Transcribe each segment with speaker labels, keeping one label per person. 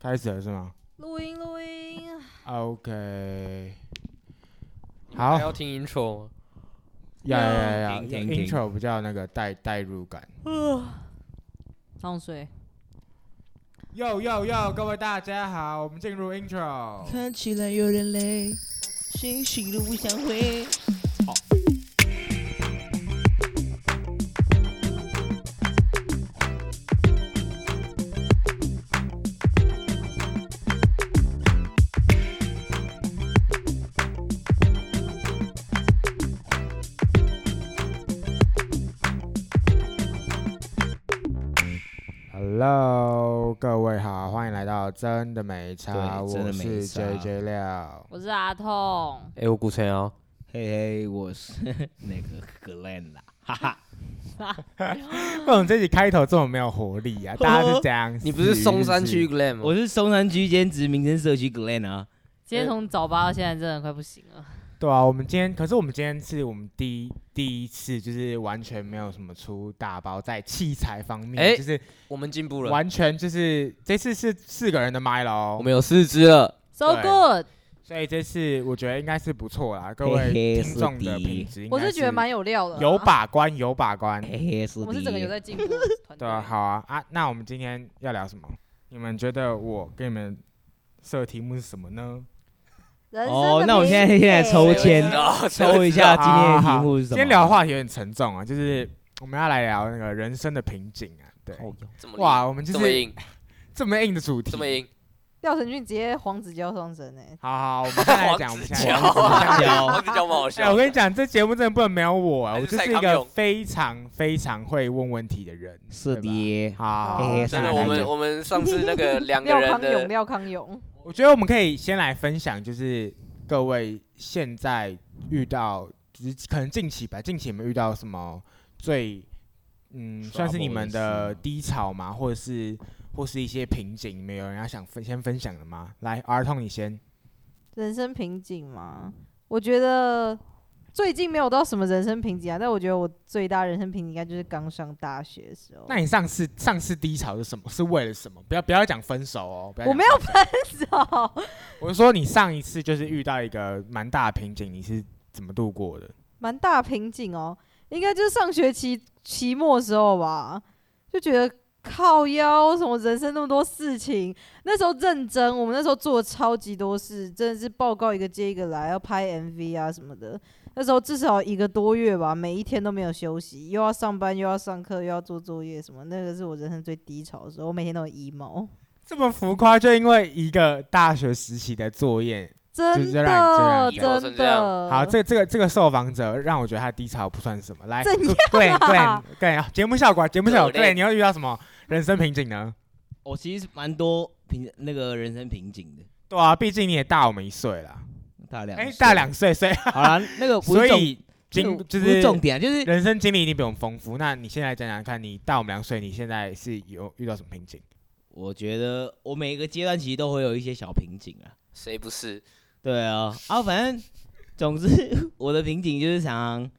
Speaker 1: 开始了是吗
Speaker 2: 录音录音，
Speaker 1: ？OK，哎
Speaker 3: 还
Speaker 1: 好，
Speaker 3: 要听 intro 吗？
Speaker 1: 要要要
Speaker 4: 停停停
Speaker 1: ，intro 比较那个带带入感。
Speaker 2: 上水。
Speaker 1: 哟哟哟，各位大家好，我们进入 intro。
Speaker 4: 看起来有点累，清醒的不想回。
Speaker 1: Hello，各位好，欢迎来到真的没差，
Speaker 4: 对真
Speaker 1: 我
Speaker 4: 的没
Speaker 1: 是
Speaker 4: 差
Speaker 1: JJ 廖。
Speaker 2: 我是阿痛，
Speaker 3: 哎、我古城啊，
Speaker 4: 嘿嘿，我是 那个 Glen 啦，哈哈。
Speaker 1: 为什么这集开头这么没有活力
Speaker 4: 哦
Speaker 1: 啊？大家是这样，
Speaker 3: 你不是松山区 Glam 吗？
Speaker 4: 我是松山区兼职民生社区 Glen 啊。
Speaker 2: 今天从早八到现在，真的快不行了。
Speaker 1: 对啊，我们今天可是我们今天是我们第一第一次，就是完全没有什么出大包在器材方面，
Speaker 3: 哎
Speaker 1: 就是
Speaker 3: 我们进步了，
Speaker 1: 完全就是这次是四个人的麦喽
Speaker 3: 我，们有四支了。
Speaker 2: So
Speaker 1: 对
Speaker 2: good，
Speaker 1: 所以这次我觉得应该是不错啦，各
Speaker 4: 嘿
Speaker 1: 位
Speaker 4: 嘿
Speaker 1: 听众的
Speaker 4: 是的
Speaker 1: 品质应该，
Speaker 2: 我是觉得蛮有料的啊，
Speaker 1: 有把关，有把关，
Speaker 4: 嘿嘿，是
Speaker 2: 我们是整个有
Speaker 4: 的。
Speaker 2: 在进步的团队。
Speaker 1: 对啊，好啊啊，那我们今天要聊什么？你们觉得我给你们设题目是什么呢？
Speaker 5: 人生
Speaker 4: 哦
Speaker 5: 的
Speaker 4: 那我们
Speaker 5: 评
Speaker 4: 现在现在
Speaker 5: 比
Speaker 4: 抽
Speaker 3: 谁会
Speaker 4: 签
Speaker 3: 知道，
Speaker 4: 抽一下啊今
Speaker 1: 啊
Speaker 4: 天的题目是什
Speaker 1: 今
Speaker 4: 么？
Speaker 1: 天聊的话题有点沉重啊，就是我们要来聊那个人生的瓶颈啊，对，
Speaker 4: 哦
Speaker 3: 怎么
Speaker 1: 哇，
Speaker 3: 哇，
Speaker 1: 我们就
Speaker 3: 这么
Speaker 1: 是
Speaker 3: 硬，
Speaker 1: 这么硬的主题，
Speaker 3: 这 么硬，
Speaker 5: 廖承俊直接黄子佼上身哎、
Speaker 1: 好好，我们现在来讲，我
Speaker 3: 黄
Speaker 1: 们
Speaker 3: 子
Speaker 1: 现在来
Speaker 3: 佼
Speaker 1: 讲我们现在来讲
Speaker 4: 有
Speaker 3: 这叫蛮好
Speaker 1: 哎，
Speaker 3: 笑
Speaker 1: 我。跟你讲，这节目真的不能没有我、啊，
Speaker 3: 还
Speaker 1: 我
Speaker 3: 是
Speaker 1: 就
Speaker 3: 蔡
Speaker 1: 是一
Speaker 3: 康
Speaker 1: 个
Speaker 3: 永
Speaker 1: 非常非常会问问题的人。
Speaker 4: 是
Speaker 1: 对
Speaker 4: 的
Speaker 1: 吧，。好，
Speaker 5: 嘿嘿
Speaker 1: 那
Speaker 3: 真
Speaker 1: 来
Speaker 3: 的，
Speaker 1: 来
Speaker 3: 我 们
Speaker 1: 讲
Speaker 3: 我们上次那个两个
Speaker 5: 廖
Speaker 3: 人
Speaker 5: 康永，
Speaker 3: 的，
Speaker 5: 廖康永，
Speaker 1: 我觉得我们可以先来分享，就是各位现在遇到，就是可能近期吧，近期有没有遇到什么最嗯，算是你们的
Speaker 4: Trouble 的事吗
Speaker 1: 低潮嘛，或者是或是一些瓶颈，你们有人要想分先分享的吗？来，R 痛你先。
Speaker 5: 人生瓶颈嘛，我觉得最近没有到什么人生瓶颈啊，但我觉得我最大人生瓶颈应该就是刚上大学的时候。
Speaker 1: 那你上次上次低潮是什么？是为了什么？不要不要讲分手哦，不要
Speaker 5: 我
Speaker 1: 讲
Speaker 5: 没有
Speaker 1: 分手
Speaker 5: 时候
Speaker 1: 我是说，你上一次就是遇到一个蛮大的瓶颈，你是怎么度过的？
Speaker 5: 蛮大瓶颈哦，应该就是上学期期末的时候吧，就觉得靠腰什么人生那么多事情，那时候认真，我们那时候做了超级多事，真的是报告一个接一个来，要拍 MV 啊什么的。那时候至少一个多月吧，每一天都没有休息，又要上班，又要上课，又要做作业什么，那个是我人生最低潮的时候，我每天都很 emo，
Speaker 1: 这么浮夸，就因为一个大学时期的作业。
Speaker 5: 真
Speaker 1: 就让
Speaker 5: 的
Speaker 1: 你这
Speaker 3: 样
Speaker 5: 真
Speaker 3: emo 成这样
Speaker 2: 呃
Speaker 5: 的。
Speaker 1: 好，这这个这个受访者让我觉得他低潮不算什么。来，
Speaker 5: 怎
Speaker 1: 对对对，节目效果，节目效果，
Speaker 3: 对嘞
Speaker 1: 对，你要遇到什么人生瓶颈呢？
Speaker 4: 我其实蛮多瓶那个人生瓶颈的，
Speaker 1: 对啊，毕竟你也大我们一岁啦，
Speaker 4: 大两
Speaker 1: 哎，
Speaker 4: 岁
Speaker 1: 大。两岁，所以
Speaker 4: 好了，那个不
Speaker 1: 所
Speaker 4: 是重，
Speaker 1: 以经
Speaker 4: 不
Speaker 1: 就是是
Speaker 4: 重点啊，就是
Speaker 1: 人生经历一定比我们丰富。那你现在讲讲看，你大我们两岁，你现在是有遇到什么瓶颈？
Speaker 4: 我觉得我每个阶段其实都会有一些小瓶颈啊。
Speaker 3: 谁不是？
Speaker 4: 对啊，啊，反正总之 我的瓶颈就是常常，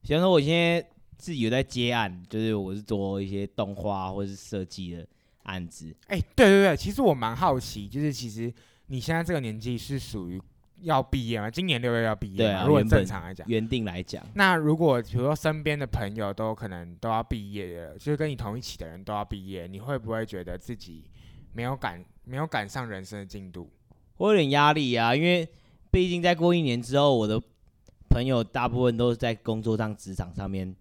Speaker 4: 比方说我现在自己有在接案，就是我是做一些动画或是设计的案子。
Speaker 1: 哎、对对对，其实我蛮好奇，就是其实你现在这个年纪是属于要毕业吗？今年六月要毕业
Speaker 4: 对
Speaker 1: 吗
Speaker 4: 啊
Speaker 1: 如果
Speaker 4: 原本
Speaker 1: 正常来讲，
Speaker 4: 原定来讲，
Speaker 1: 那如果比如说身边的朋友都可能都要毕业了，就是跟你同一起的人都要毕业，你会不会觉得自己没有赶没有赶上人生的进度？
Speaker 4: 我有点压力啊，因为毕竟再过一年之后，我的朋友大部分都是在工作上、职场上面，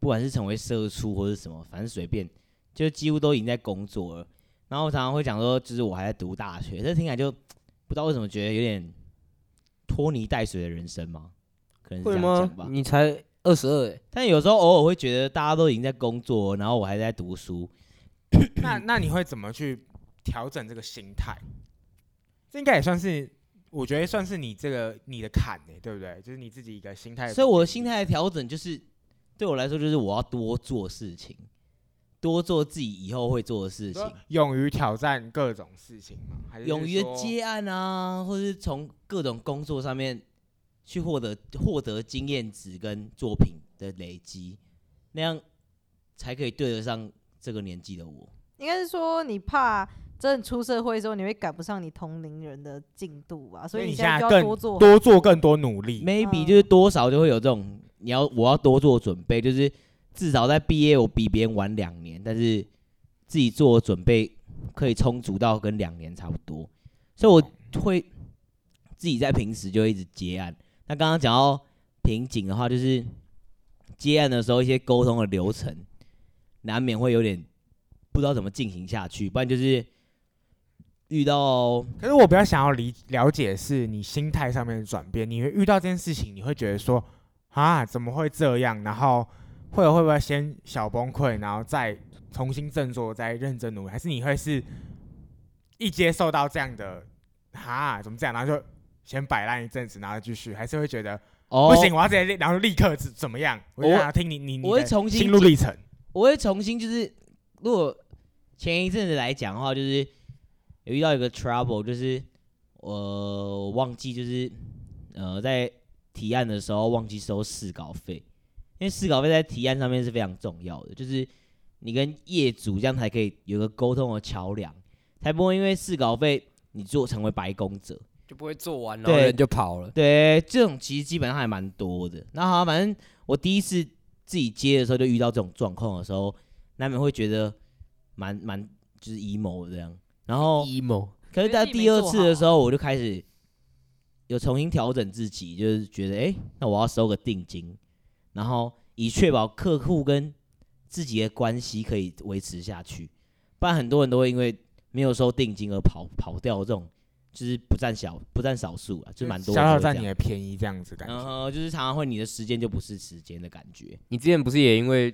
Speaker 4: 不管是成为社畜或是什么，反正随便，就几乎都已经在工作了。然后我常常会讲说，就是我还在读大学，这听起来就不知道为什么觉得有点拖泥带水的人生嘛，可能是这样讲吧。
Speaker 3: 你才二十二，欸
Speaker 4: 但有时候偶尔会觉得大家都已经在工作了，然后我还在读书，
Speaker 1: 那那你会怎么去调整这个心态？这应该也算是，我觉得算是你这个你的坎呢、对不对？就是你自己一个心态。
Speaker 4: 所以我的心态的调整就是，对我来说就是我要多做事情，多做自己以后会做的事情，
Speaker 1: 勇于挑战各种事情吗？啊还是
Speaker 4: 勇于
Speaker 1: 说
Speaker 4: 接案啊，或是从各种工作上面去获得获得经验值跟作品的累积，那样才可以对得上这个年纪的我。
Speaker 5: 应该是说你怕真的出社会之后，你会赶不上你同龄人的进度啊，所以
Speaker 1: 你
Speaker 5: 你
Speaker 1: 现
Speaker 5: 现在
Speaker 1: 在
Speaker 5: 就
Speaker 1: 更
Speaker 5: 要多做。
Speaker 1: 多做更多努力。
Speaker 5: 嗯
Speaker 4: maybe 就是多少就会有这种，你要我要多做准备，就是至少在毕业我比别人晚两年，但是自己做的准备可以充足到跟两年差不多，所以我会自己在平时就会一直接案。那刚刚讲到瓶颈的话，就是接案的时候一些沟通的流程，难免会有点不知道怎么进行下去，不然就是遇到
Speaker 1: 可是我比较想要理了解是你心态上面的转变，你会遇到这件事情，你会觉得说啊怎么会这样？然后会有会不会先小崩溃，然后再重新振作，再认真努力？还是你会是一接受到这样的啊怎么这样，然后就先摆烂一阵子，然后继续？还是会觉得、
Speaker 4: 哦
Speaker 1: 不行，我要直接立然后立刻怎怎么样？我就
Speaker 4: 我
Speaker 1: 想要听你你你
Speaker 4: 我会
Speaker 1: 的
Speaker 4: 重新
Speaker 1: 心路历程。
Speaker 4: 我会重新就是，如果前一阵子来讲的话，就是有遇到一个 trouble，就是呃我忘记就是呃在提案的时候忘记收试稿费，因为试稿费在提案上面是非常重要的，就是你跟业主这样才可以有个沟通的桥梁，才不会因为试稿费你做成为白工者。
Speaker 3: 就不会做完，然后
Speaker 4: 对
Speaker 3: 人就跑了。
Speaker 4: 对，这种其实基本上还蛮多的。那好，反正我第一次自己接的时候就遇到这种状况的时候，难免会觉得蛮蛮就是 emo 的这样。然
Speaker 1: 哦
Speaker 4: 后，
Speaker 3: emo，
Speaker 4: 可是
Speaker 2: 觉得
Speaker 4: 到
Speaker 2: 自己没
Speaker 4: 第二
Speaker 2: 做
Speaker 4: 次的
Speaker 2: 好
Speaker 4: 时候，我就开始有重新调整自己，就是觉得诶，那我要收个定金，然后以确保客户跟自己的关系可以维持下去。不然很多人都会因为没有收定金而跑跑掉，这种就是不占小不占少数啊，就蛮多
Speaker 1: 消
Speaker 4: 人
Speaker 1: 耗
Speaker 4: 都会这
Speaker 1: 占
Speaker 4: 样
Speaker 1: 你的便宜这样嗯子感觉。
Speaker 4: 然后就是常常会你的时间就不是时间的感觉。
Speaker 3: 你之前不是也因为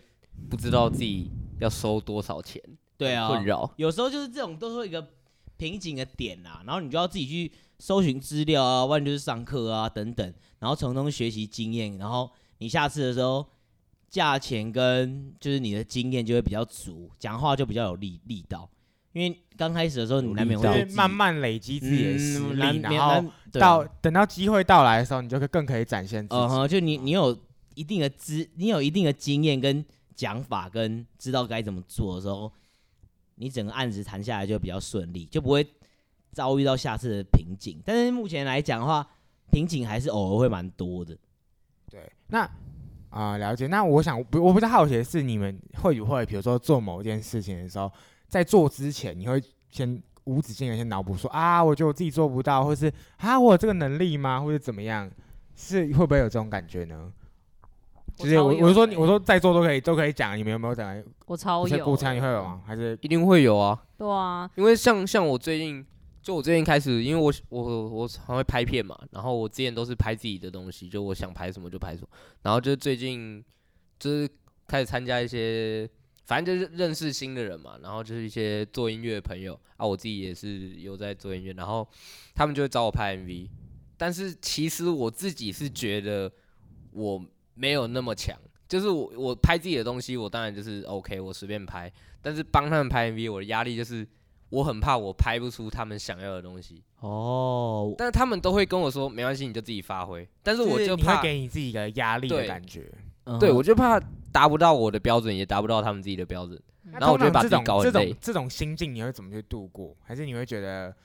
Speaker 3: 不知道自己要收多少钱，
Speaker 4: 对啊，
Speaker 3: 困扰。
Speaker 4: 有时候就是这种都是会有一个瓶颈的点啦、然后你就要自己去搜寻资料啊，或者就是上课啊等等，然后从中学习经验，然后你下次的时候价钱跟就是你的经验就会比较足，讲话就比较有力力道，因为刚开始的时候你难免会
Speaker 1: 就
Speaker 4: 对
Speaker 1: 是
Speaker 4: 自己
Speaker 1: 慢慢累积自己的实
Speaker 4: 嗯难
Speaker 1: 力，
Speaker 4: 免
Speaker 1: 然后
Speaker 4: 难对啊
Speaker 1: 到等到机会到来的时候，你就可更可以展现自己。
Speaker 4: 嗯哼，就你你有一定的知，你有一定的经验跟讲法，跟知道该怎么做的时候，你整个案子谈下来就比较顺利，就不会遭遇到下次的瓶颈。但是目前来讲的话，瓶颈还是偶尔会蛮多的。
Speaker 1: 对，那啊、了解。那我想，不我比较好奇的是，你们会不会比如说做某件事情的时候，在做之前，你会先无止境的先脑补说啊，我觉得我自己做不到，或是啊，我有这个能力吗，或者怎么样？是会不会有这种感觉呢？
Speaker 2: 我
Speaker 1: 就是我，
Speaker 2: 超有
Speaker 1: 我是说
Speaker 2: 的
Speaker 1: 你，
Speaker 2: 欸
Speaker 1: 我说在座都可以，都可以讲，你们有没有讲？
Speaker 2: 我超
Speaker 1: 不是
Speaker 2: 有
Speaker 1: 顾昌，你
Speaker 2: 的，
Speaker 1: 会有吗？还是
Speaker 3: 一定会有啊，
Speaker 2: 对啊，
Speaker 3: 因为像像我最近，就我最近开始，因为我我我常会拍片嘛，然后我之前都是拍自己的东西，就我想拍什么就拍什么，然后就是最近就是开始参加一些，反正就是认识新的人嘛，然后就是一些做音乐的朋友啊，我自己也是有在做音乐，然后他们就会找我拍 MV，但是其实我自己是觉得我没有那么强。就是我我拍自己的东西，我当然就是 OK，我随便拍。但是帮他们拍 MV，我的压力就是我很怕我拍不出他们想要的东西，
Speaker 4: 哦，
Speaker 3: 但是他们都会跟我说没关系，你就自己发挥。但是
Speaker 1: 就
Speaker 3: 我
Speaker 1: 是
Speaker 3: 就
Speaker 1: 你会
Speaker 3: 怕，
Speaker 1: 给你自己的压力的
Speaker 3: 对
Speaker 1: 感觉。
Speaker 4: 嗯
Speaker 3: 对我就怕达不到我的标准，也达不到他们自己的标准。
Speaker 5: 嗯
Speaker 1: 那
Speaker 3: 然后我
Speaker 1: 通
Speaker 3: 就会把
Speaker 1: 常
Speaker 3: 自己搞
Speaker 1: 这
Speaker 3: 很
Speaker 1: 种这
Speaker 3: 累
Speaker 1: 种这种心境，你会怎么去度过？还是你会觉得，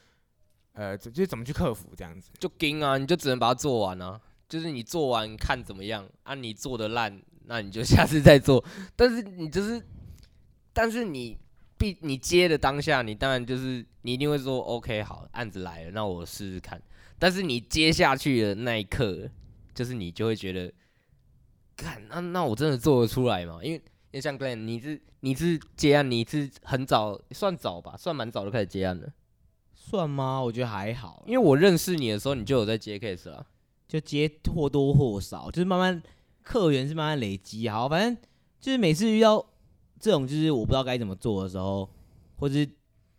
Speaker 1: 呃，怎就是怎么去克服这样子？
Speaker 3: 就盯啊，你就只能把它做完啊。就是你做完看怎么样啊，你做的烂，那你就下次再做。但是你就是，但是你必你接的当下，你当然就是你一定会说 OK 好，案子来了，那我试试看。但是你接下去的那一刻，就是你就会觉得，看那那我真的做得出来吗？因为因为像 Glenn，你是你是接案，你是很早算早吧，算蛮早就开始接案了。
Speaker 4: 算吗？我觉得还好啦，
Speaker 3: 因为我认识你的时候，你就有在接 case 了。啊
Speaker 4: 就接或多或少，就是慢慢客源是慢慢累积。啊好，反正就是每次遇到这种就是我不知道该怎么做的时候，或是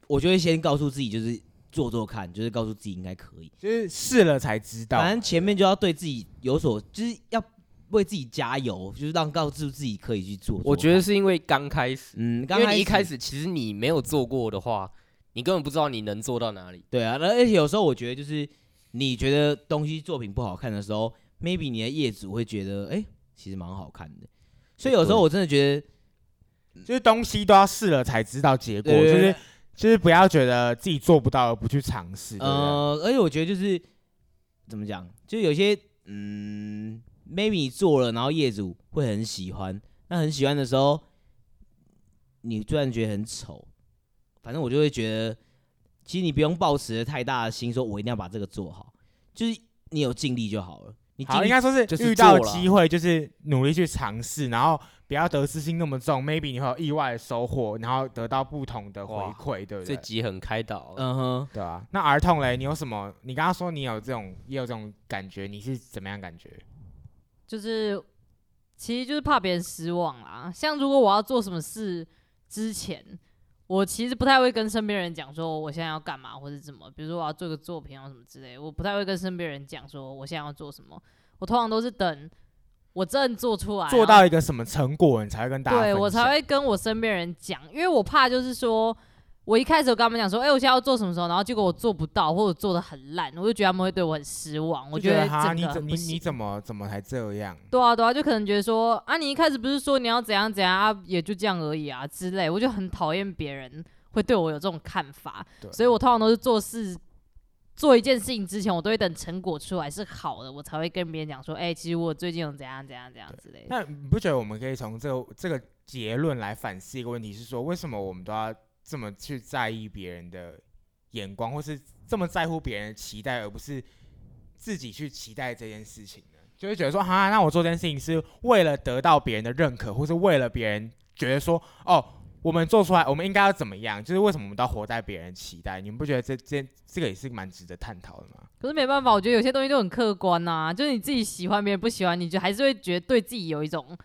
Speaker 4: 我就会先告诉自己就是做做看，就是告诉自己应该可以。
Speaker 1: 就是试了才知道嘛。
Speaker 4: 反正前面就要对自己有所，就是要为自己加油，就是让告诉自己可以去做做看
Speaker 3: 我觉得，是因为刚开始，
Speaker 4: 嗯，
Speaker 3: 因
Speaker 4: 刚
Speaker 3: 为你一开
Speaker 4: 开始
Speaker 3: 始其实你没有做过的话，你根本不知道你能做到哪里。
Speaker 4: 对啊，而且有时候我觉得就是你觉得东西作品不好看的时候，maybe 你的业主会觉得，哎、其实蛮好看的。所以有时候我真的觉得，
Speaker 1: 就是东西都要试了才知道结果，
Speaker 4: 对
Speaker 1: 就是就是不要觉得自己做不到而不去尝试。对不对
Speaker 4: 呃，而且我觉得就是怎么讲，就有些嗯，maybe 你做了，然后业主会很喜欢，那很喜欢的时候，你突然觉得很丑，反正我就会觉得，其实你不用抱持着太大的心，说我一定要把这个做好，就是你有尽力就好了。你尽
Speaker 1: 好，
Speaker 4: 力
Speaker 1: 应该说是
Speaker 3: 就是
Speaker 1: 遇到
Speaker 3: 做了
Speaker 4: 啊
Speaker 1: 机会就是努力去尝试，然后不要得失心那么重，maybe 你会有意外的收获，然后得到不同的回
Speaker 3: 哇
Speaker 1: 馈，对不
Speaker 3: 这
Speaker 1: 对？
Speaker 3: 集很开导，
Speaker 4: 嗯哼，
Speaker 1: 对啊。那儿童嘞，你有什么？你刚刚说你有这种也有这种感觉，你是怎么样感觉？
Speaker 2: 就是其实就是怕别人失望啦。像如果我要做什么事之前，我其实不太会跟身边人讲说我现在要干嘛或者怎么，比如说我要做个作品啊什么之类，我不太会跟身边人讲说我现在要做什么。我通常都是等我真的做出来，
Speaker 1: 做
Speaker 2: 然后
Speaker 1: 到一个什么成果，你才会跟大家
Speaker 2: 对我
Speaker 1: 分享
Speaker 2: 才会跟我身边人讲，因为我怕就是说。我一开始有跟他们讲说，哎、我现在要做什么时候，然后结果我做不到，或者做的很烂，我就觉得他们会对我很失望。我
Speaker 1: 就
Speaker 2: 觉
Speaker 1: 得
Speaker 2: 得
Speaker 1: 哈，
Speaker 2: 整
Speaker 1: 你
Speaker 2: 个
Speaker 1: 怎
Speaker 2: 很
Speaker 1: 你
Speaker 2: 不行
Speaker 1: 你怎么怎么才这样？
Speaker 2: 对啊，对啊，就可能觉得说啊，你一开始不是说你要怎样怎样啊，也就这样而已啊之类，我就很讨厌别人会对我有这种看法
Speaker 1: 对，
Speaker 2: 所以我通常都是做事做一件事情之前，我都会等成果出来是好的，我才会跟别人讲说，哎、其实我最近有怎样怎样怎样之类的。
Speaker 1: 那你不觉得我们可以从这个这个结论来反思一个问题，是说为什么我们都要这么去在意别人的眼光，或是这么在乎别人的期待，而不是自己去期待这件事情呢？就会觉得说，哈，那我做这件事情是为了得到别人的认可，或是为了别人觉得说，哦，我们做出来，我们应该要怎么样？就是为什么我们都要活在别人的期待？你们不觉得这这这个也是蛮值得探讨的吗？
Speaker 2: 可是没办法，我觉得有些东西都很客观呐、就是你自己喜欢别人不喜欢，你就还是会觉得对自己有一种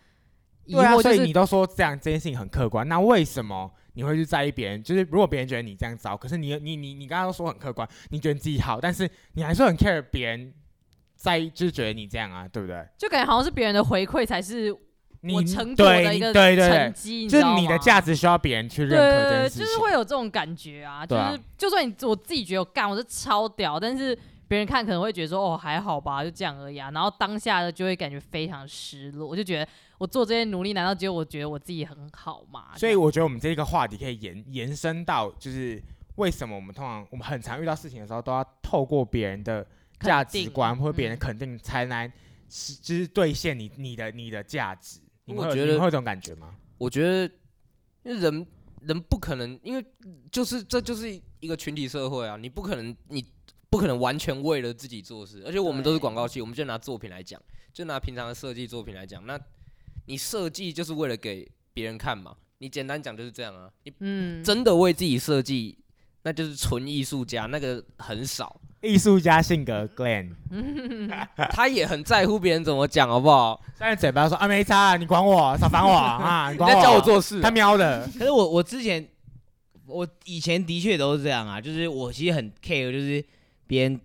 Speaker 2: 疑
Speaker 1: 对啊，所
Speaker 2: 惑，就
Speaker 1: 以
Speaker 2: 是
Speaker 1: 你都说这样这件事情很客观，那为什么你会去在意别人？就是如果别人觉得你这样糟，可是你你你你刚刚都说很客观，你觉得你自己好，但是你还是很 care 别人在意，就是觉得你这样啊，对不对？
Speaker 2: 就感觉好像是别人的回馈才是
Speaker 1: 你
Speaker 2: 我成果
Speaker 1: 对
Speaker 2: 的一
Speaker 1: 你
Speaker 2: 个
Speaker 1: 对对对
Speaker 2: 成，绩，你知
Speaker 1: 就是
Speaker 2: 道
Speaker 1: 你的
Speaker 2: 吗
Speaker 1: 价值需要别人去认可这
Speaker 2: 对，
Speaker 1: 件事
Speaker 2: 就
Speaker 1: 情。
Speaker 2: 是会有这种感觉啊，就
Speaker 1: 对
Speaker 2: 是、
Speaker 1: 啊
Speaker 2: 就算你我自己觉得我干我是超屌，但是别人看可能会觉得说哦还好吧，就这样而已啊，然后当下的就会感觉非常失落，我就觉得我做这些努力，难道只有我觉得我自己很好吗？
Speaker 1: 所
Speaker 2: 这
Speaker 1: 以
Speaker 2: 样啊
Speaker 1: 我觉得我们这个话题可以延延伸到，就是为什么我们通常我们很常遇到事情的时候，都要透过别人的
Speaker 2: 肯
Speaker 1: 价值
Speaker 2: 定
Speaker 3: 啊
Speaker 1: 观或者别人
Speaker 2: 嗯
Speaker 1: 肯定，才能实就是兑现你你的你的价值。你们会
Speaker 3: 我
Speaker 1: 有
Speaker 3: 觉
Speaker 1: 你们
Speaker 3: 得
Speaker 1: 会有这种感觉吗？
Speaker 3: 我觉得因为人人不可能，因为就是这就是一个群体社会啊，你不可能你不可能完全为了自己做事，而且我们都是
Speaker 2: 对
Speaker 3: 广告系，我们就拿作品来讲，就拿平常的设计作品来讲，那你设计就是为了给别人看嘛，你简单讲就是这样啊，你
Speaker 2: 嗯，
Speaker 3: 真的为自己设计，那就是纯艺术家，那个很少，
Speaker 1: 艺术家性格
Speaker 3: 嗯
Speaker 1: Glenn，
Speaker 3: 他也很在乎别人怎么讲，好不 好？
Speaker 1: 虽然嘴巴说啊没差啊，你管我，少烦 我啊，你
Speaker 3: 你
Speaker 1: 管
Speaker 3: 在教我，做事啊、
Speaker 1: 他喵的，
Speaker 4: 可是我我之前我以前的确都是这样啊，就是我其实很 care，就是别人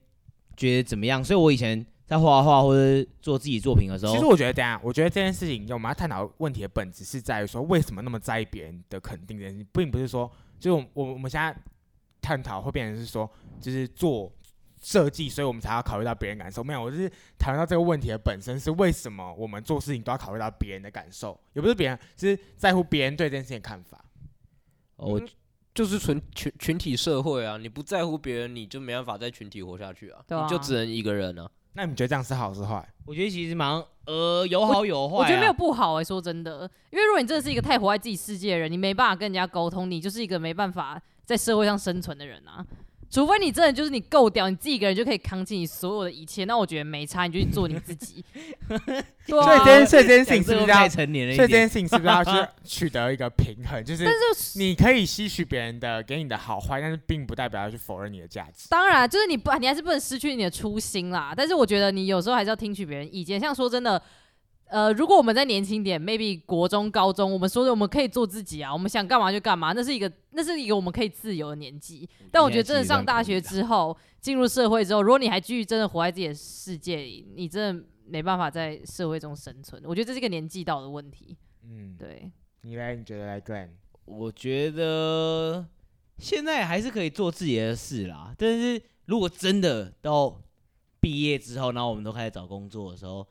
Speaker 4: 觉得怎么样，所以我以前在画画或者做自己作品的时候，
Speaker 1: 其实我觉得，等一下，我觉得这件事情，我们要探讨问题的本质是在于说，为什么那么在意别人的肯定这件事，并不是说，就是我们我们我们现在探讨会变成是说，就是做设计，所以我们才要考虑到别人感受。没有，我就是谈到这个问题的本身是为什么我们做事情都要考虑到别人的感受，也不是别人，就是在乎别人对这件事情的看法。
Speaker 4: 哦我
Speaker 3: 就是纯群群体社会啊，你不在乎别人，你就没办法在群体活下去啊，
Speaker 2: 对啊
Speaker 3: 你就只能一个人啊。
Speaker 1: 那你觉得这样是好是坏？
Speaker 4: 我觉得其实蛮呃有好有坏、啊
Speaker 2: 我觉得没有不好哎、说真的，因为如果你真的是一个太活在自己世界的人，你没办法跟人家沟通，你就是一个没办法在社会上生存的人啊。除非你真的就是你够屌，你自己一个人就可以扛起你所有的一切，那我觉得没差，你就去做你自己。
Speaker 1: 所
Speaker 2: 对
Speaker 1: 以这
Speaker 2: 啊
Speaker 1: 件，所以这件事情是
Speaker 4: 讲这
Speaker 1: 不
Speaker 4: 个
Speaker 1: 是要
Speaker 4: 太，成年了
Speaker 1: 所以
Speaker 4: 一
Speaker 1: 这件
Speaker 4: 点。
Speaker 1: 事情是不是 要去取得一个平衡？就是
Speaker 2: 但是
Speaker 1: 你可以吸取别人的给你的好坏，但是并不代表要去否认你的价值。
Speaker 2: 当然，就是你不，你还是不能失去你的初心啦。但是我觉得你有时候还是要听取别人意见。像说真的，呃，如果我们在年轻点，maybe 国中、高中，我们说的我们可以做自己啊，我们想干嘛就干嘛，那是一个 那是一个我们可以自由的年纪。但我觉得真的上大学之后，进入社会之后，如果你还继续真的活在自己的世界里，你真的没办法在社会中生存。我觉得这是一个年纪到的问题。
Speaker 1: 嗯，
Speaker 2: 对，
Speaker 1: 你来，你觉得来 Glenn？
Speaker 4: 我觉得现在还是可以做自己的事啦，但是如果真的到毕业之后，然后我们都开始找工作的时候，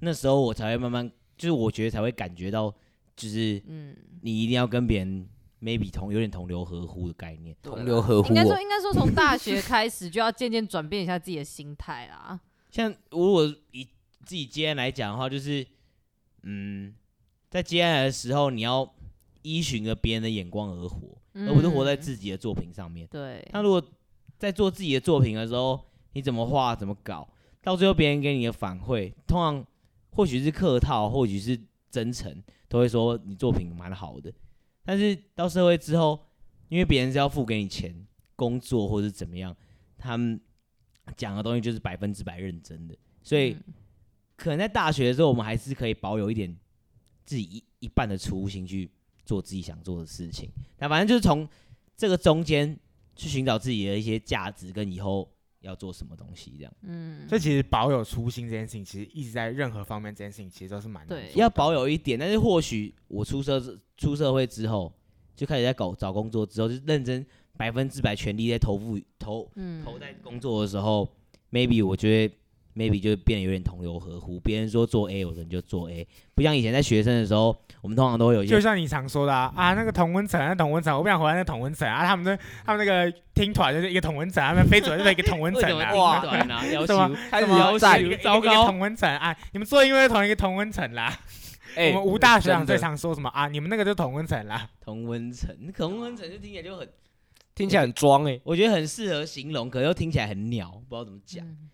Speaker 4: 那时候我才会慢慢，就是我觉得才会感觉到，就是
Speaker 2: 嗯，
Speaker 4: 你一定要跟别人 maybe 同有点同流合污的概念。
Speaker 3: 同流合
Speaker 2: 应
Speaker 3: 污
Speaker 2: 该
Speaker 3: 哦
Speaker 2: 说，。应该说从大学开始就要渐渐转变一下自己的心态啦。
Speaker 4: 像如果以自己接案来讲的话，就是嗯，在接案的时候，你要依循着别人的眼光而活，
Speaker 2: 嗯
Speaker 4: 而不是活在
Speaker 2: 己。
Speaker 4: 自己的作品上面。
Speaker 2: 对，
Speaker 4: 那如果在做自己的作品的时候，你怎么画怎么搞，到最后别人给你的反馈，通常或许是客套，或许是真诚，都会说你作品蛮好的。但是到社会之后，因为别人是要付给你钱、工作或者是怎么样，他们讲的东西就是百分之百认真的，所以
Speaker 2: 嗯
Speaker 4: 可能在大学的时候，我们还是可以保有一点自己一一半的初心去做自己想做的事情。那反正就是从这个中间去寻找自己的一些价值跟以后要做什么东西，这样
Speaker 2: 嗯，
Speaker 1: 这其实保有初心这件事情，其实一直在任何方面这件事情，其实都是蛮难
Speaker 2: 对
Speaker 1: 做
Speaker 4: 要
Speaker 1: 到
Speaker 4: 保有一点。但是或许我出社出社会之后，就开始在搞找工作之后，就是认真百分之百全力在投入投
Speaker 2: 嗯
Speaker 4: 投在工作的时候，maybe 我觉得 maybe 就变得有点同流合污。别人说做 A，我人就做 A，不像以前在学生的时候，我们通常都会有一些
Speaker 1: 就像你常说的啊，啊那个同温层，那同温层，我不想回来那同温层啊，他们那他们那个听团就是一个同温层，他们飞出来就是一个 同温
Speaker 4: 为
Speaker 1: 层
Speaker 4: 什么
Speaker 1: 啊，
Speaker 4: 哇，短啊，要
Speaker 1: 什么
Speaker 4: 求
Speaker 3: 开始
Speaker 1: 什么
Speaker 3: 腰斩
Speaker 1: 一个一个
Speaker 4: 糟糕
Speaker 1: 一个同温层啊，你们做音乐同一个同温层啦。
Speaker 3: 哎，
Speaker 1: 我们吴大学长
Speaker 3: 真的
Speaker 1: 最常说什么啊？你们那个就同温层啦，
Speaker 4: 同温层，同温层就听起来就很，
Speaker 3: 听起来很装哎，
Speaker 4: 我觉得很适合形容，可又听起来很鸟，不知道怎么讲。
Speaker 2: 嗯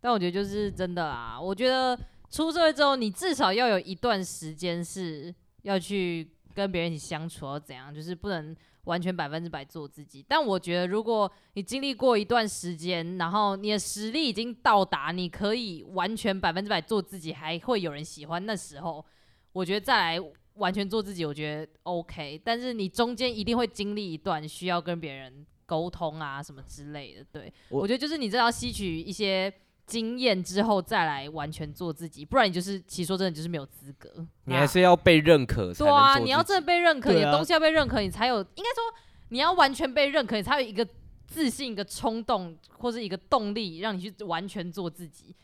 Speaker 2: 但我觉得就是真的啊，我觉得出社会之后，你至少要有一段时间是要去跟别人一起相处，要怎样，就是不能完全百分之百做自己。但我觉得，如果你经历过一段时间，然后你的实力已经到达，你可以完全百分之百做自己，还会有人喜欢，那时候我觉得再来完全做自己，我觉得 OK。但是你中间一定会经历一段需要跟别人沟通啊什么之类的，对。
Speaker 4: 我
Speaker 2: 我觉得就是你真的要吸取一些经验之后再来完全做自己，不然你就是其实说真的就是没有资格。
Speaker 3: 你
Speaker 2: 那
Speaker 3: 还是要被认可才
Speaker 2: 对
Speaker 3: 能
Speaker 2: 啊，
Speaker 3: 做
Speaker 2: 你要
Speaker 3: 自
Speaker 2: 真的被认可，
Speaker 4: 对
Speaker 2: 你的
Speaker 4: 啊
Speaker 2: 东西要被认可，你才有应该说你要完全被认可，你才有一个自信、一个冲动或是一个动力，让你去完全做自己。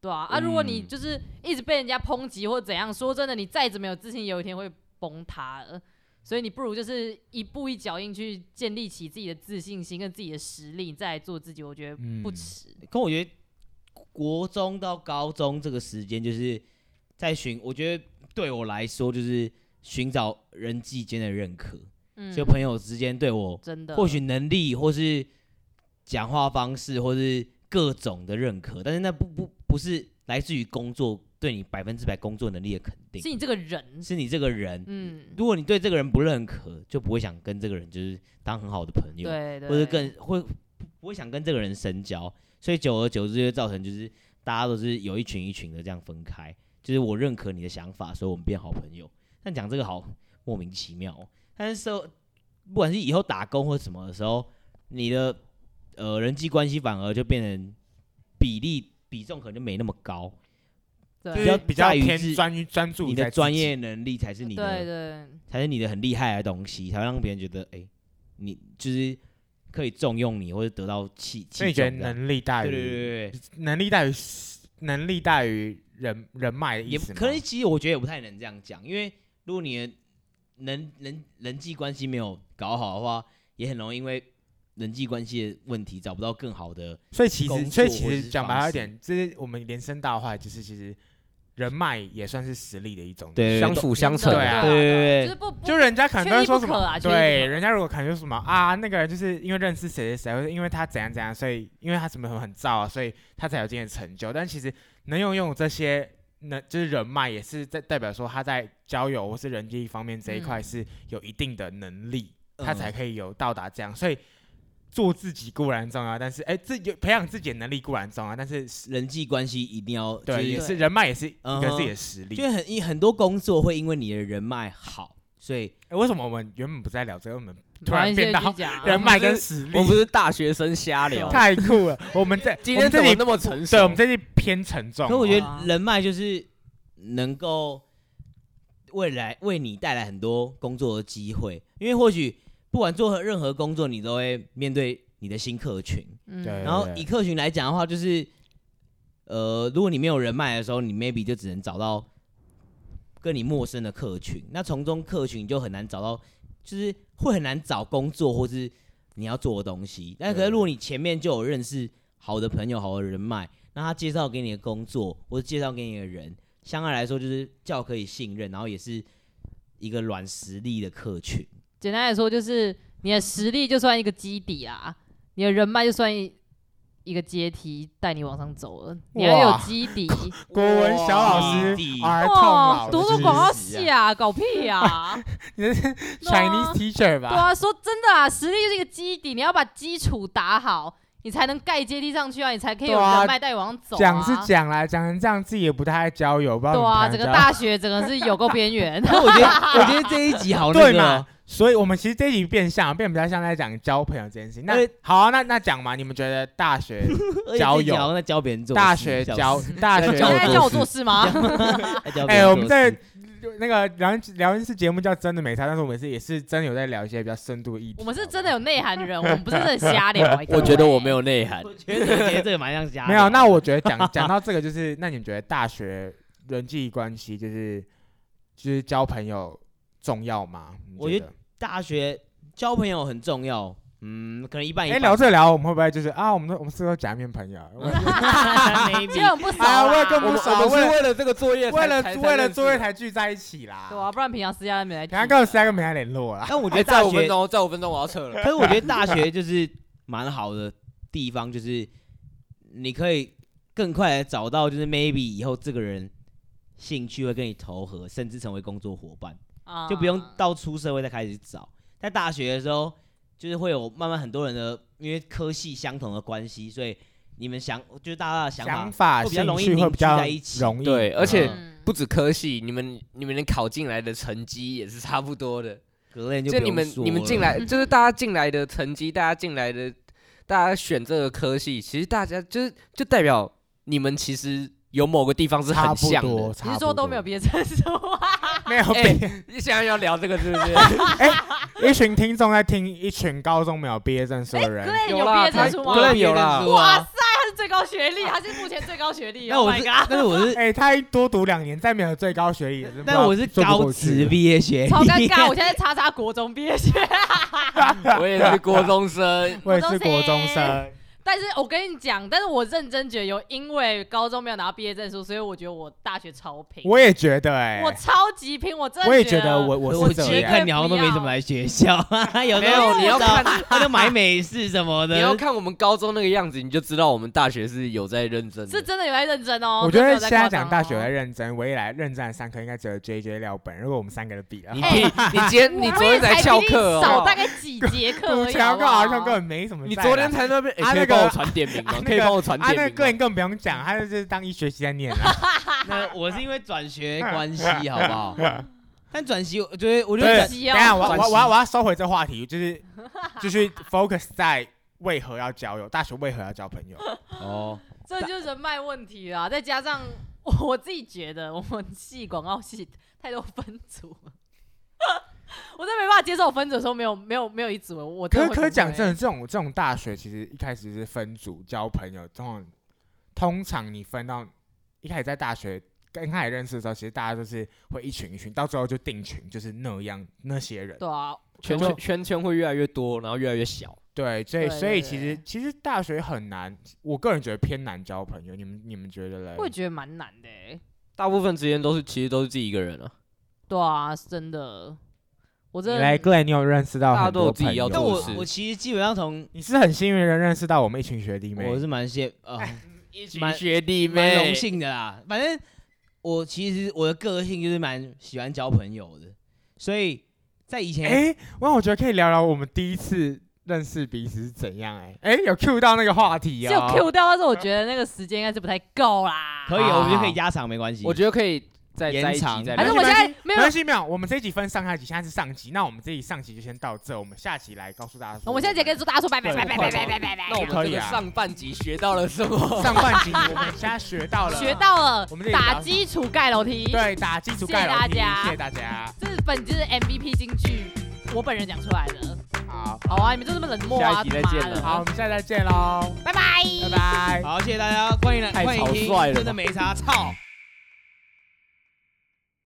Speaker 2: 对啊，啊，如果你
Speaker 3: 嗯
Speaker 2: 就是一直被人家抨击或怎样，说真的，你再怎么有自信，有一天会崩塌了。所以你不如就是一步一脚印去建立起自己的自信心跟自己的实力，再来做自己，我觉得不
Speaker 1: 嗯
Speaker 2: 迟。
Speaker 4: 跟我觉得国中到高中这个时间，就是在寻，我觉得对我来说就是寻找人际间的认可，
Speaker 2: 嗯，
Speaker 4: 就朋友之间对我
Speaker 2: 真的，
Speaker 4: 或许能力或是讲话方式或是各种的认可，但是那不不不是来自于工作对你百分之百工作能力的肯定
Speaker 2: 是，你这个人，
Speaker 4: 是你这个人。
Speaker 2: 嗯，
Speaker 4: 如果你对这个人不认可，就不会想跟这个人就是当很好的朋友，
Speaker 2: 对对，
Speaker 4: 或者更会不会想跟这个人深交，所以久而久之就会造成就是大家都是有一群一群的这样分开。就是我认可你的想法，所以我们变好朋友。但讲这个好莫名其妙、哦，但是说不管是以后打工或什么的时候，你的呃人际关系反而就变成比例比重可能就没那么高，
Speaker 1: 就
Speaker 2: 对
Speaker 1: 是
Speaker 4: 较
Speaker 1: 比较
Speaker 4: 在于
Speaker 1: 偏
Speaker 4: 是
Speaker 1: 专于专注
Speaker 4: 你
Speaker 1: 在
Speaker 4: 的
Speaker 1: 自
Speaker 4: 专
Speaker 1: 己
Speaker 4: 业能力才是你的
Speaker 2: 对对，
Speaker 4: 才是你的很厉害的东西，才会让别人觉得，哎、你就是可以重用你，或者得到器器
Speaker 1: 所以你觉得
Speaker 4: 重这样
Speaker 1: 能力大
Speaker 4: 对对
Speaker 1: 于
Speaker 4: 对对对
Speaker 1: 能力大于能力大于人人脉的意
Speaker 4: 也
Speaker 1: 思吗？
Speaker 4: 可能其实我觉得也不太能这样讲，因为如果你的人人人际关系没有搞好的话，也很容易因为人际关系的问题找不到更好的。
Speaker 1: 所以其
Speaker 4: 工
Speaker 1: 实，
Speaker 4: 作
Speaker 1: 所以其
Speaker 4: 或者
Speaker 1: 实
Speaker 4: 是
Speaker 1: 讲白
Speaker 4: 方
Speaker 1: 了一
Speaker 4: 式
Speaker 1: 点，这是我们延伸到的话，就是其实人脉也算是实力的一种。
Speaker 4: 对
Speaker 3: 相处相成
Speaker 2: 真的
Speaker 1: 对啊
Speaker 2: 对
Speaker 4: 对对对
Speaker 2: 就是不不
Speaker 1: 就人家可能都会说什
Speaker 2: 缺一不可
Speaker 1: 么，
Speaker 2: 啊缺一不可
Speaker 1: 对，人家如果可能就说什么啊，那个人就是因为认识谁谁谁，或者因为他怎样怎样，所以因为他什么很很燥啊，所以他才有今天的成就。但其实能拥有这些，能就是人脉，也是在代表说他在交友或是人际方面这一块
Speaker 2: 嗯
Speaker 1: 是有一定的能力，
Speaker 4: 嗯
Speaker 1: 他才可以有到达这样。所以做自己固然重要，但是哎，自己培养自己的能力固然重要，但是
Speaker 4: 人际关系一定要就
Speaker 1: 对，也
Speaker 4: 是
Speaker 1: 是人脉，也是一
Speaker 4: 嗯
Speaker 1: 个自
Speaker 4: 哼
Speaker 1: 己的实力。
Speaker 4: 就很因很多工作会因为你的人脉好，所以
Speaker 1: 哎为什么我们原本不在聊这个，我们突
Speaker 2: 马
Speaker 1: 然
Speaker 2: 来西
Speaker 1: 变
Speaker 2: 亚
Speaker 1: 到
Speaker 2: 去 讲嗯
Speaker 1: 人脉
Speaker 3: 我
Speaker 1: 跟
Speaker 3: 们
Speaker 1: 实力？
Speaker 3: 我们是大学生瞎聊，
Speaker 1: 太酷了！我们这
Speaker 3: 今
Speaker 1: 我们
Speaker 3: 天怎
Speaker 1: 这
Speaker 3: 么
Speaker 1: 里
Speaker 3: 那么成熟？
Speaker 1: 对，我们这里偏沉重哦。
Speaker 4: 可我觉
Speaker 2: 哇
Speaker 4: 得人脉就是能够未来为你带来很多工作的机会，因为或许不管做任何工作，你都会面对你的新客群。
Speaker 2: 嗯
Speaker 1: 对
Speaker 4: 然后以客群来讲的话，就是呃，如果你没有人脉的时候，你 maybe 就只能找到跟你陌生的客群，那从中客群就很难找到就是会很难找工作或是你要做的东西。但可
Speaker 3: 对
Speaker 4: 是如果你前面就有认识好的朋友、好的人脉，那他介绍给你的工作或者介绍给你的人，相对来说就是较可以信任，然后也是一个软实力的客群。
Speaker 2: 简单来说，就是你的实力就算一个基底啊，你的人脉就算一一个阶梯带你往上走了。你要有
Speaker 1: 哇
Speaker 2: 基底，
Speaker 1: 国文小老师
Speaker 4: 弟弟
Speaker 1: 儿童
Speaker 2: 哇
Speaker 1: 老，师，
Speaker 2: 读读
Speaker 4: 是
Speaker 2: 广告
Speaker 4: 是
Speaker 2: 系啊，搞 屁啊！
Speaker 1: 你这是
Speaker 2: 对啊
Speaker 1: Chinese teacher
Speaker 2: 对
Speaker 1: 吧？
Speaker 2: 啊，说真的啊，实力就是一个基底，你要把基础打好，你才能盖阶梯上去啊，你才可以有
Speaker 1: 对啊
Speaker 2: 人脉带你往上走、啊。
Speaker 1: 讲是讲啦，讲成这样自己也不太爱交友，不知道
Speaker 2: 对
Speaker 1: 怎么
Speaker 2: 啊，
Speaker 1: 谈
Speaker 2: 整
Speaker 1: 得
Speaker 2: 个
Speaker 1: 交
Speaker 2: 大学整个是有够 边缘。
Speaker 4: 那我觉得，我觉得这一集好那
Speaker 1: 对
Speaker 4: 个
Speaker 1: 嘛
Speaker 4: 哦，？
Speaker 1: 所以我们其实这一集变相变比较像在讲交朋友这件事情。那
Speaker 4: 而且
Speaker 1: 好啊，那那讲嘛，你们觉得大 学
Speaker 4: 而且
Speaker 1: 交
Speaker 4: 这一集
Speaker 1: 友
Speaker 4: 好像在教别人做事，
Speaker 1: 大学
Speaker 4: 笑
Speaker 1: 交
Speaker 4: 死
Speaker 1: 大
Speaker 3: 在
Speaker 1: 学
Speaker 2: 你
Speaker 3: 教
Speaker 2: 现
Speaker 3: 我
Speaker 2: 在
Speaker 3: 做
Speaker 2: 叫我
Speaker 3: 事
Speaker 2: 做事吗？
Speaker 4: 在教
Speaker 1: 哎、
Speaker 4: 别人
Speaker 1: 我
Speaker 4: 做
Speaker 1: 们在
Speaker 4: 事
Speaker 1: 那个聊天聊天室节目叫真的没差，但是我们是也是真的有在聊一些比较深度的议题。
Speaker 2: 我们是真的有内涵的人，我们不是真的瞎 聊。哎
Speaker 3: 我觉得 我没有内涵，
Speaker 4: 我觉得我觉得这个蛮像瞎的。
Speaker 1: 没有，那我觉得讲 讲到这个，就是那你们觉得大学人际关系就是就是交朋友重要吗？你
Speaker 4: 我觉
Speaker 1: 觉
Speaker 4: 得大学交朋友很重要，嗯，可能一半一
Speaker 1: 哎、
Speaker 4: 半。
Speaker 1: 聊这聊，我们会不会就是啊，我们都我们是都假面朋友？我
Speaker 2: 其实 我们不熟
Speaker 1: 哎呀我也跟
Speaker 2: 啦，
Speaker 1: 不熟
Speaker 3: 我们
Speaker 1: 为
Speaker 3: 是
Speaker 1: 了
Speaker 3: 为了这个作业才，
Speaker 1: 为了
Speaker 3: 才
Speaker 1: 为了作业。
Speaker 3: 才认识
Speaker 1: 才聚
Speaker 3: 的
Speaker 1: 在一起啦。
Speaker 2: 对啊，不然平常私下没来聚。
Speaker 1: 刚刚实在跟没太联络啦。
Speaker 4: 但我觉
Speaker 3: 哎，
Speaker 4: 得
Speaker 3: 再
Speaker 4: 大
Speaker 3: 五分
Speaker 4: 学，
Speaker 3: 钟，再五分钟，我要撤了。
Speaker 4: 可是我觉得大学就是蛮好的地方，就是你可以更快的找到，就是 maybe 以后这个人兴趣会跟你投合，甚至成为工作伙伴。
Speaker 2: 啊
Speaker 4: 就不用到出社会再开始找。在大学的时候，就是会有慢慢很多人的，因为科系相同的关系，所以你们想就是大家的想法
Speaker 1: 想，法、
Speaker 4: 会比较
Speaker 1: 兴
Speaker 4: 容易
Speaker 1: 趣会
Speaker 4: 凝
Speaker 1: 比
Speaker 4: 聚
Speaker 1: 较
Speaker 4: 在一起
Speaker 1: 容易，
Speaker 3: 对而且
Speaker 1: 嗯
Speaker 2: 嗯
Speaker 3: 不止科系，你们你们能考进来的成绩也是差不多的。
Speaker 4: 隔天就
Speaker 3: 就
Speaker 4: 不
Speaker 3: 你
Speaker 4: 用
Speaker 3: 们
Speaker 4: 说
Speaker 3: 你们进
Speaker 4: 了
Speaker 2: 嗯
Speaker 3: 来，就是大家进来的成绩，大家进来的，大家选这个科系，其实大家就是就代表你们其实有某个地方是
Speaker 1: 差
Speaker 3: 很
Speaker 1: 不
Speaker 3: 像
Speaker 1: 多，
Speaker 3: 的。
Speaker 1: 差
Speaker 2: 你是
Speaker 1: 不
Speaker 2: 说都
Speaker 1: 多
Speaker 2: 没有毕业证书 啊？
Speaker 1: 没有
Speaker 3: 哎
Speaker 1: 毕业，
Speaker 3: 你想要聊这个是不 是？
Speaker 1: 一群听众在听一群高中没有毕业证书的人，
Speaker 2: Glen 有毕
Speaker 3: 啦，
Speaker 2: 业
Speaker 3: 他
Speaker 2: 证书吗？
Speaker 3: Glen 有啦，
Speaker 2: 啊哇塞，他是最高学 历，他是目前最高学历。
Speaker 4: 那
Speaker 2: Oh
Speaker 4: 我
Speaker 2: my
Speaker 4: 是
Speaker 2: god，
Speaker 4: 但是我是
Speaker 1: 哎，他一多读两年，再没有最高学历也是不知道，
Speaker 4: 但我是
Speaker 1: 说不过
Speaker 4: 高
Speaker 1: 去
Speaker 4: 职
Speaker 1: 了，
Speaker 4: 毕业学历，
Speaker 2: 超尴尬！我现在叉叉国中毕业学，
Speaker 3: 我也是国中生
Speaker 1: 我也是国中生，
Speaker 2: 但是我跟你讲，但是我认真觉得有，因为高中没有拿到毕业证书，所以我觉得我大学超拼。
Speaker 1: 我也觉得哎
Speaker 2: 我，超级拼，我真的
Speaker 1: 我也觉得
Speaker 2: 得
Speaker 1: 我我
Speaker 4: 我
Speaker 1: 是这
Speaker 4: 觉
Speaker 2: 绝对
Speaker 4: 得
Speaker 1: 样，
Speaker 4: 看你好像都没怎么来学校， 有
Speaker 3: 没
Speaker 4: 时候
Speaker 3: 有你要看，
Speaker 4: 他就买美式什么的，
Speaker 3: 你要看我们高中那个样子，你就知道我们大学是有在认真
Speaker 2: 是
Speaker 3: 的。
Speaker 2: 真的有在认真哦。
Speaker 1: 我觉
Speaker 2: 真
Speaker 1: 得
Speaker 2: 的有
Speaker 1: 现
Speaker 2: 在
Speaker 1: 在
Speaker 2: 夸张哦
Speaker 1: 讲大学有在认真，唯一来认真的上课应该只有 J J 廖本，如果我们三个的比啊，
Speaker 3: 你
Speaker 2: 哎
Speaker 3: 你 你今天你昨天才翘
Speaker 2: 我
Speaker 3: 课
Speaker 2: 也才比你少
Speaker 3: 哦
Speaker 2: 大，概几节课
Speaker 1: 读
Speaker 2: 而已
Speaker 1: 前课好像根
Speaker 2: 好
Speaker 1: 本没什么在啦。
Speaker 3: 你昨天才那边，
Speaker 1: 啊
Speaker 3: 哎可以
Speaker 1: 那个
Speaker 3: 帮我传点名吗
Speaker 1: 啊？
Speaker 3: 可以帮我传
Speaker 1: 啊，
Speaker 3: 点
Speaker 1: 那个个
Speaker 3: 名
Speaker 1: 人
Speaker 3: 吗？
Speaker 1: 更不用讲，他就是当一学期在念啊。
Speaker 4: 那我是因为 转学关系，好不好？但转系，我觉得我觉
Speaker 1: 对
Speaker 4: 得
Speaker 2: 转
Speaker 4: 转
Speaker 2: 系
Speaker 1: 等一下，我
Speaker 3: 转
Speaker 1: 我
Speaker 3: 型
Speaker 1: 我要我要收回这话题，就是 就是 focus 在为何要交友，大学为何要交朋 友？
Speaker 4: 哦，
Speaker 2: 不好这就是人脉问题啦。再加上我我自己觉得，我们系广告系太多分组了， 我真的没办法接受分组的时候没有没有没有一组，我
Speaker 1: 可
Speaker 2: 真
Speaker 1: 是
Speaker 2: 的
Speaker 1: 可是讲真
Speaker 2: 正
Speaker 1: 的，这种这种大学其实一开始是分组交朋友，通常通常你分到一开始在大学刚开始认识的时候，其实大家都是会一群一群，到最后就定群，就是那样那些人。
Speaker 2: 对啊，
Speaker 3: 圈圈圈圈会越来越多，然后越来越小。
Speaker 1: 对，所以
Speaker 2: 对
Speaker 1: 所以
Speaker 2: 对
Speaker 1: 其实
Speaker 2: 对
Speaker 1: 其实大学很难，我个人觉得偏难交朋友。你们你们觉得嘞？
Speaker 2: 我也觉得蛮难的、欸。
Speaker 3: 大部分时间都是其实都是自己一个人啊。
Speaker 2: 对啊，是真的，我真
Speaker 1: 你
Speaker 2: 的
Speaker 1: 来，各位，你有认识到
Speaker 3: 大家
Speaker 1: 很
Speaker 3: 都
Speaker 1: 多
Speaker 3: 有自己
Speaker 1: 朋
Speaker 3: 要
Speaker 1: 友
Speaker 4: 但
Speaker 3: 做
Speaker 1: 吗
Speaker 4: 我
Speaker 3: 的事
Speaker 4: 我其实基本上从
Speaker 1: 你是很幸运的认识到我们一群学弟妹，
Speaker 4: 我是蛮羡啊。
Speaker 3: 一
Speaker 4: 蛮
Speaker 3: 哎学弟
Speaker 4: 蛮荣幸的啦。反正我其实我的个性就是蛮喜欢交朋友的，所以在以前、
Speaker 1: 哎、哇，我觉得可以聊聊我们第一次认识彼此是怎样、哎，哎，有 Q 到那个话题
Speaker 2: 只
Speaker 1: 哦。
Speaker 2: 有 Q 掉，但是我觉得那个时间应该是不太够啦。
Speaker 4: 可以，我们就可
Speaker 1: 好
Speaker 4: 以压场没关系。
Speaker 3: 啊我觉得可以再
Speaker 4: 延
Speaker 3: 再一集
Speaker 4: 长
Speaker 3: 再
Speaker 2: 还
Speaker 3: 聊
Speaker 2: 是我现在
Speaker 1: 没
Speaker 2: 没有
Speaker 1: 关系，没有，我们这一集分上下集，现在是上集，那我们这一上集就先到这，我们下集来告诉大家说。
Speaker 2: 我们现在直接跟大家说拜拜拜拜拜拜拜拜拜，
Speaker 3: 那我
Speaker 1: 可
Speaker 3: 们
Speaker 1: 以
Speaker 3: 这个
Speaker 1: 啊
Speaker 3: 上半集学到了什么？
Speaker 1: 上半集我们现在学到了，
Speaker 2: 学到了
Speaker 1: 我们这，里
Speaker 2: 打
Speaker 1: 聊
Speaker 2: 基础盖楼梯，，
Speaker 1: 对打基础盖楼梯
Speaker 2: 谢谢大家
Speaker 1: 谢谢大家，
Speaker 2: 这是本就是 MVP 金句，我本人讲出来的。
Speaker 1: 好，
Speaker 2: 好啊，你们就这么冷漠啊，
Speaker 3: 下一集再
Speaker 2: 他妈
Speaker 3: 见
Speaker 2: 的
Speaker 3: 了
Speaker 1: 好，我，们下次再见喽，
Speaker 2: 拜拜
Speaker 1: 拜拜。
Speaker 4: 好，谢谢大家，欢迎来，
Speaker 3: 太
Speaker 4: 欢迎
Speaker 3: 草
Speaker 4: 听
Speaker 3: 率了
Speaker 4: 真的
Speaker 3: 吧
Speaker 4: 没啥操。